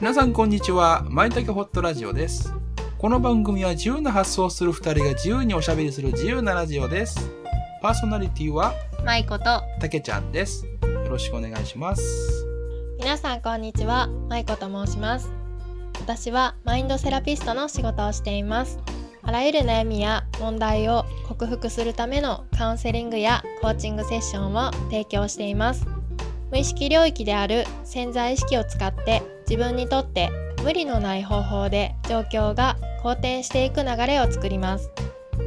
皆さんこんにちは。まいたけホットラジオです。この番組は自由な発想をする二人が自由におしゃべりする自由なラジオです。パーソナリティはまいことたけちゃんです。よろしくお願いします。皆さんこんにちはまいこと申します私はマインドセラピストの仕事をしていますあらゆる悩みや問題を克服するためのカウンセリングやコーチングセッションを提供しています無意識領域である潜在意識を使って自分にとって無理のない方法で状況が好転していく流れを作ります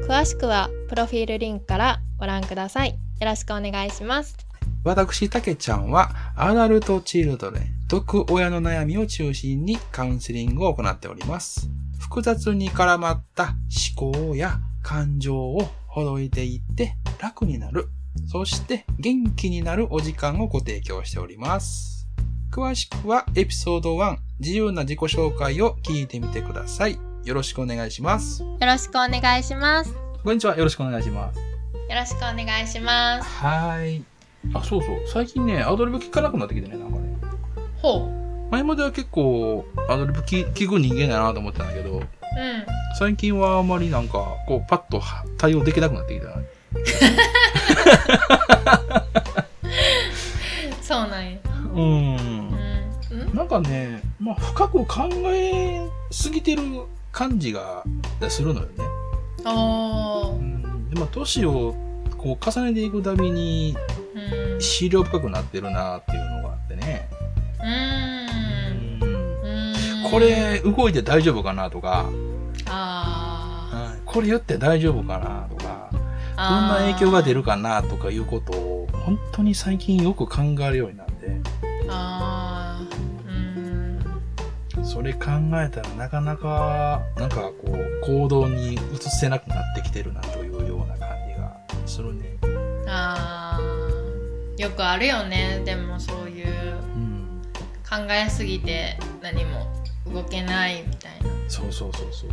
詳しくはプロフィールリンクからご覧くださいよろしくお願いします私、たけちゃんはアダルトチルドレン、毒親の悩みを中心にカウンセリングを行っております。複雑に絡まった思考や感情をほどいていって楽になる。そして元気になるお時間をご提供しております。詳しくはエピソード1、自由な自己紹介を聞いてみてください。よろしくお願いします。よろしくお願いしますこんにちは。よろしくお願いします。よろしくお願いします。はい。あ、そうそう。最近ね、アドリブ聞かなくなってきてね、なんかね。ほう。うん。前までは結構アドリブ聞聞く人間だなと思ってたんだけど最近はあんまりなんかこうパッとは対応できなくなってきたなそうなんや。ううんん。うん。なんかね、まあ、深く考えすぎてる感じがするのよね、おうー。ん、でまあ年をこう重ねていくたびにうん。う資料深くなってるなっていうのがあってね、うんーん。こ。れ動いて大丈夫かなとか、あうんこれ言って大丈夫かなとかーどんなあー。影響が出るかなとかいうことを本当に最近よく考えるようになってあー。うーそれ考えたらなかなかなんかこう行動に移せなくなってきてるなというような感じがするね。ん。あー。よくあるよね。でもそういううん、考えすぎて何も動けないみたいな。そうそうそうそうそう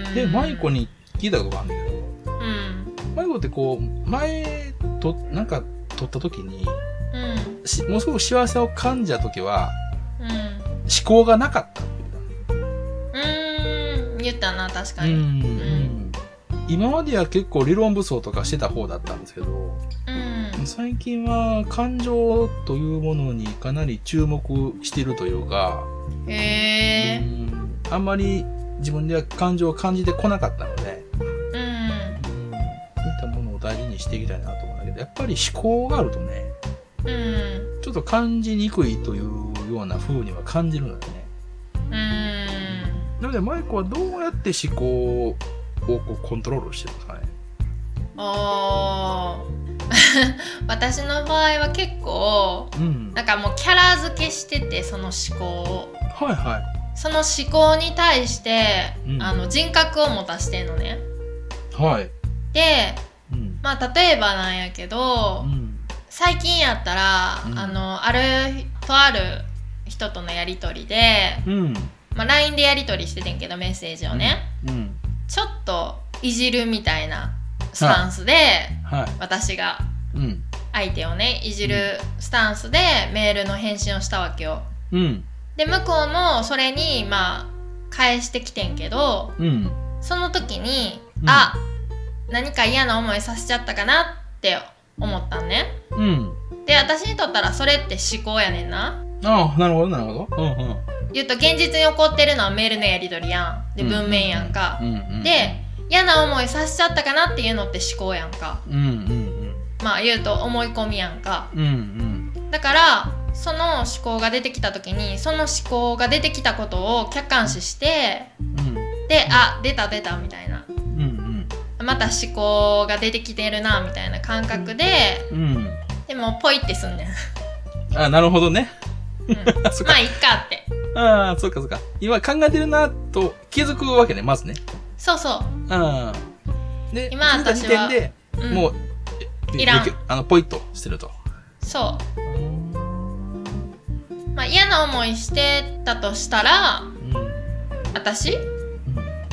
うそんう。でマイコ。に聞いたことがあるんだけどうん。マイコってこう前となんか撮った時にうん。しものすごく幸せを感じた時はうん。思考がなかったって言ったのうーん。言ったな、確かうに。うん。ん今までは結構理論武装とかしてた方だったんですけど最近は感情というものにかなり注目してるというか、へえ。うんあんまり自分では感情を感じてこなかったので、うん。うん、そういったものを大事にしていきたいなと思うんだけどやっぱり思考があるとねうんちょっと感じにくいというような風には感じるのよね。うんなのでマイクはどうやって思考をこうコントロールしてるんですかねおー私の場合は結構うん。なんかもうキャラ付けしててその思考をはいはい。その思考に対して、うんあの人格を持たしてんのねはい。でうんまあ例えばなんやけど、うん最近やったら、うんあのあるとある人とのやり取りで、うん。まあ、LINE でやり取りしててんけどメッセージをね、うん。ちょっといじるみたいなスタンスで、は私がい。うん。相手をねいじるスタンスでメールの返信をしたわけようん。で向こうもそれにまあ返してきてんけどうん。その時に、うんあ何か嫌な思いさせちゃったかなって思ったんねうん。で私にとったらそれって思考やねんなああ、なるほど、なるほど。うんうん。言うと現実に起こってるのはメールのやり取りやんで文面やんか、うんうん。で、嫌な思いさせちゃったかなっていうのって思考やんかうんうんまあ言うと思い込みやんかうん。うんだからその思考が出てきた時にその思考が出てきたことを客観視してうん。であ出た出たみたいなうんうんまた思考が出てきてるなみたいな感覚でうん。うん。でもポイってすんねん、あなるほどね。 うん、あそっか。まあいっかってああ、そっかそっか。今考えてるなと気づくわけね、まずね。そうそああ。で、今気づいた時点で、う、うん、もう、えいらんであの、ポイッとしてると。そうん。う、まあ、嫌な思いしてたとしたら私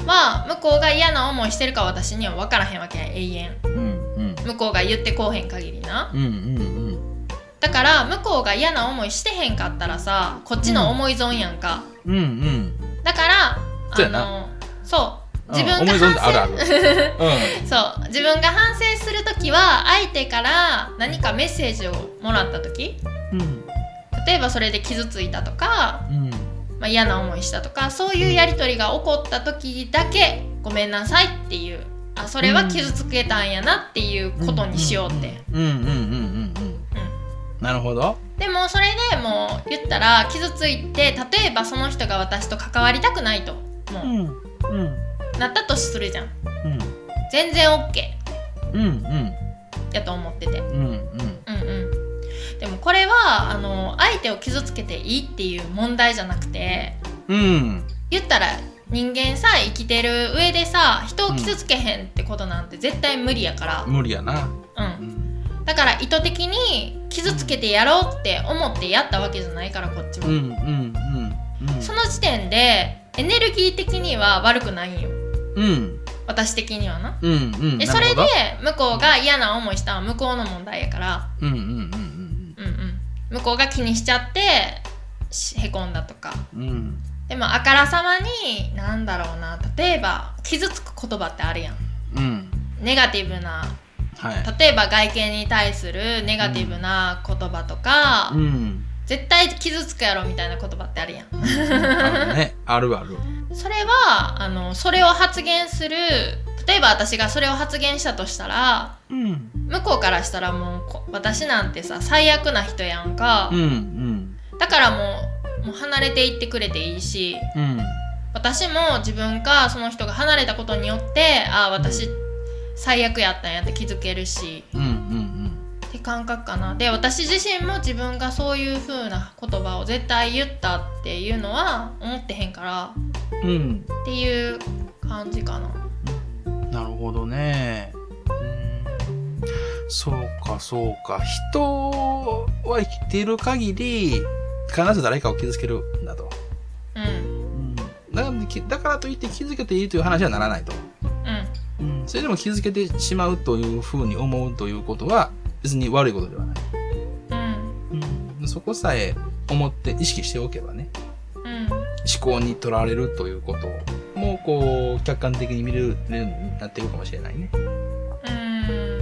は向こうが嫌な思いしてるか私には分からへんわけやん永遠うん。うん。向こうが言ってこうへん限りなうんうんうん。だから向こうが嫌な思いしてへんかったらさこっちの思い損やんか、うんうんだからそうやあなのそう自分うん、思がい反存分あるあ省るそう自分が反省する時は相手から何かメッセージをもらった時うんうん例えばそれで傷ついたとか、うんまあ、嫌な思いしたとかそういうやり取りが起こった時だけ「ごめんなさい」っていうあそれは傷つけたんやなっていうことにしようって。うんうんうんうんうんうんなるほどでもそれでもう言ったら傷ついて例えばその人が私と関わりたくないともうんうんうなったとするじゃんうん全然 OK うんうんやと思っててうんうんうんうんでもこれはあの相手を傷つけていいっていう問題じゃなくてうん言ったら人間さ生きてる上でさ人を傷つけへんってことなんて絶対無理やから無理やなうんう、んだから意図的に傷つけてやろうって思ってやったわけじゃないからこっうちは、んうんうんうんその時点でエネルギー的には悪くないんようん私的にはな。うんうんでなそるれほでど向こうが嫌な思いしたのは向こうの問題やから、うんうんうんうんうん、向こうが気にしちゃってしへこんだとかうんうんでもあからさまに何だろうな例えば傷つく言葉ってあるやんうんネガティブなはい例えば外見に対するネガティブな言葉とか、うん絶対傷つくやろみたいな言葉ってあるやんあるねあるあるそれはあのそれを発言する例えば私がそれを発言したとしたらうん向こうからしたらもうこ私なんてさ最悪な人やんか、うんうんだからもうもう離れていってくれていいしうん私も自分がその人が離れたことによってああ私最悪やったんやって気づけるしうんうんって感覚かなで私自身も自分がそういう風な言葉を絶対言ったっていうのは思ってへんからうんうんっていう感じかななるほどね。うんそうか、そうか。人は生きている限り、必ず誰かを傷つけるんだと。うんうんなのできだからといって傷つけていいという話はならないと。うんそれでも傷つけてしまうというふうに思うということは、別に悪いことではない。うんそこさえ思って意識しておけばね、うん思考にとらわれるということを、もうこう、客観的に見れるようになっていくかもしれないね。うん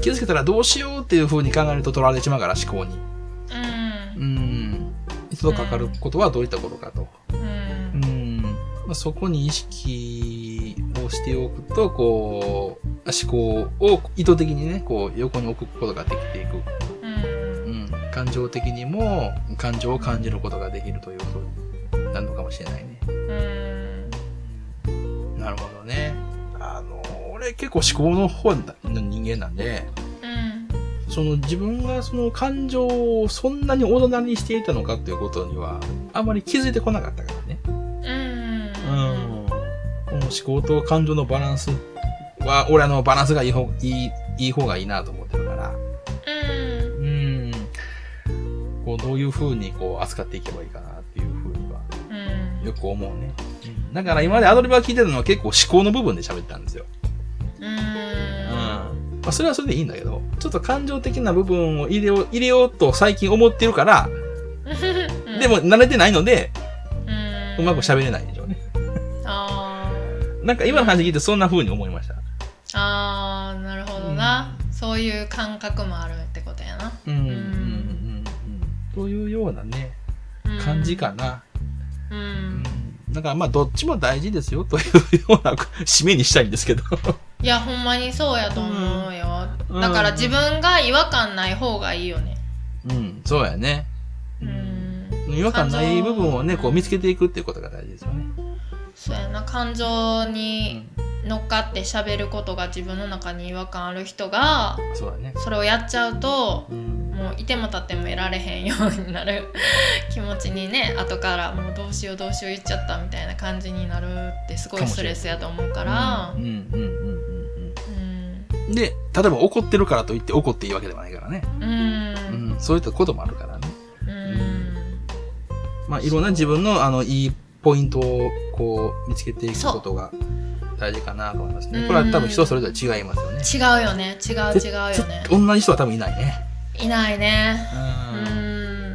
気づけたらどうしようっていう風に考えると取られてしまうから思考に。うんうん。一度かかることはどういったことかと。うんうん。まあ、そこに意識をしておくと、こう、思考を意図的にね、こう横に置くことができていく。ううんん。感情的にも感情を感じることができるというふうになるのかもしれないね。うんなるほどね。あの、俺結構思考の方の人間なんで、うんその自分がその感情をそんなに大人にしていたのかっていうことにはあまり気づいてこなかったからね。うんうん。この思考と感情のバランスは、俺あのバランスがいい方いいいい方がいいなと思ってるから。ううんん。こうどういう風にこう扱っていけばいいかなっていう風にはよく思うね。うんだから今までアドリブが聞いてるのは結構思考の部分で喋ったんですよ。うんまあ、それはそれでいいんだけど、ちょっと感情的な部分を入れよう入れようと最近思ってるから、うんでも慣れてないので、うんうまく喋れないんでしょうね。あーなんか今の話聞いてそんな風に思いました。あーなるほどなそういう感覚もあるってことやなうん。うんうんうんというようなね、うん感じかな。ううんん。だからまあどっちも大事ですよというような締めにしたいんですけど。いやほんまにそうやと思うようんだから自分が違和感ない方がいいよね うん、そうやね。う。ん違和感ない部分をね、感情こう見つけていくっていうことが大事ですよね。そうやな感情に乗っかって喋ることが自分の中に違和感ある人がうんそうだね。それをやっちゃうとうんもういても立ってもいられへんようになる 気持ちにね後からもうどうしようどうしよう言っちゃったみたいな感じになるってすごいストレスやと思うからうんうんうんうんうんうん。で、例えば怒ってるからといって怒っていいわけではないからね。うんうんうん、そういったこともあるからね。うんまあ、いろんな自分のあのいいポイントをこう見つけていくことが大事かなと思いますね。そうこれは多分人それぞれ違いますよね。違うよね違う違うよね同じ人は多分いないね。いないねううん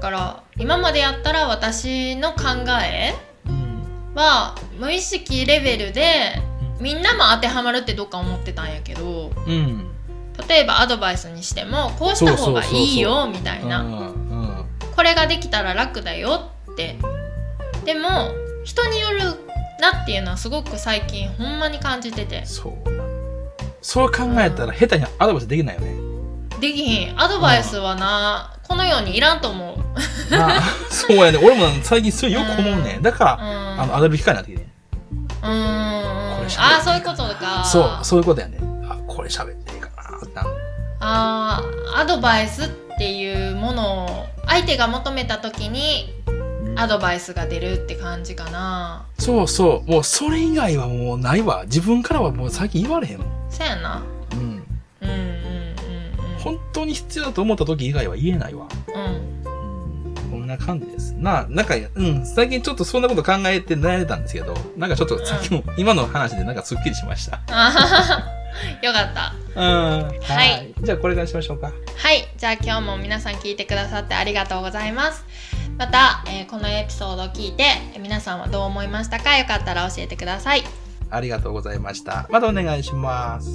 から今までやったら私の考えうんは無意識レベルでうんみんなも当てはまるってどっか思ってたんやけどうん例えばアドバイスにしてもこうした方がいいよみたいなうんこれができたら楽だよってでも人によるなっていうのはすごく最近ほんまに感じててそうそう考えたら下手にアドバイスできないよねできひんアドバイスはなこの世にいらんと思う、うん、なあ そうやね俺も最近それよく思うねだからあのあアドリブ機会になってきてうーんこれ喋るあーそういうことかそうそういうことやねあこれ喋っていいかなってなるあーアドバイスっていうものを相手が求めた時にアドバイスが出るって感じかなそうそうもうそれ以外はもうないわ自分からはもう最近言われへんもん、そやなうん、うんうん本当に必要だと思った時以外は言えないわうんうんこんな感じです。なあ、なんか、うん、最近ちょっとそんなこと考えて悩んでたんですけど、なんかちょっとさっきも、今の話でなんかすっきりしました。あはは よかったうん。はい。じゃあこれからしましょうか。はい、じゃあ今日も皆さん聞いてくださってありがとうございます。また、えーこのエピソードを聞いてえー皆さんはどう思いましたかよかったら教えてください。ありがとうございました。またお願いします。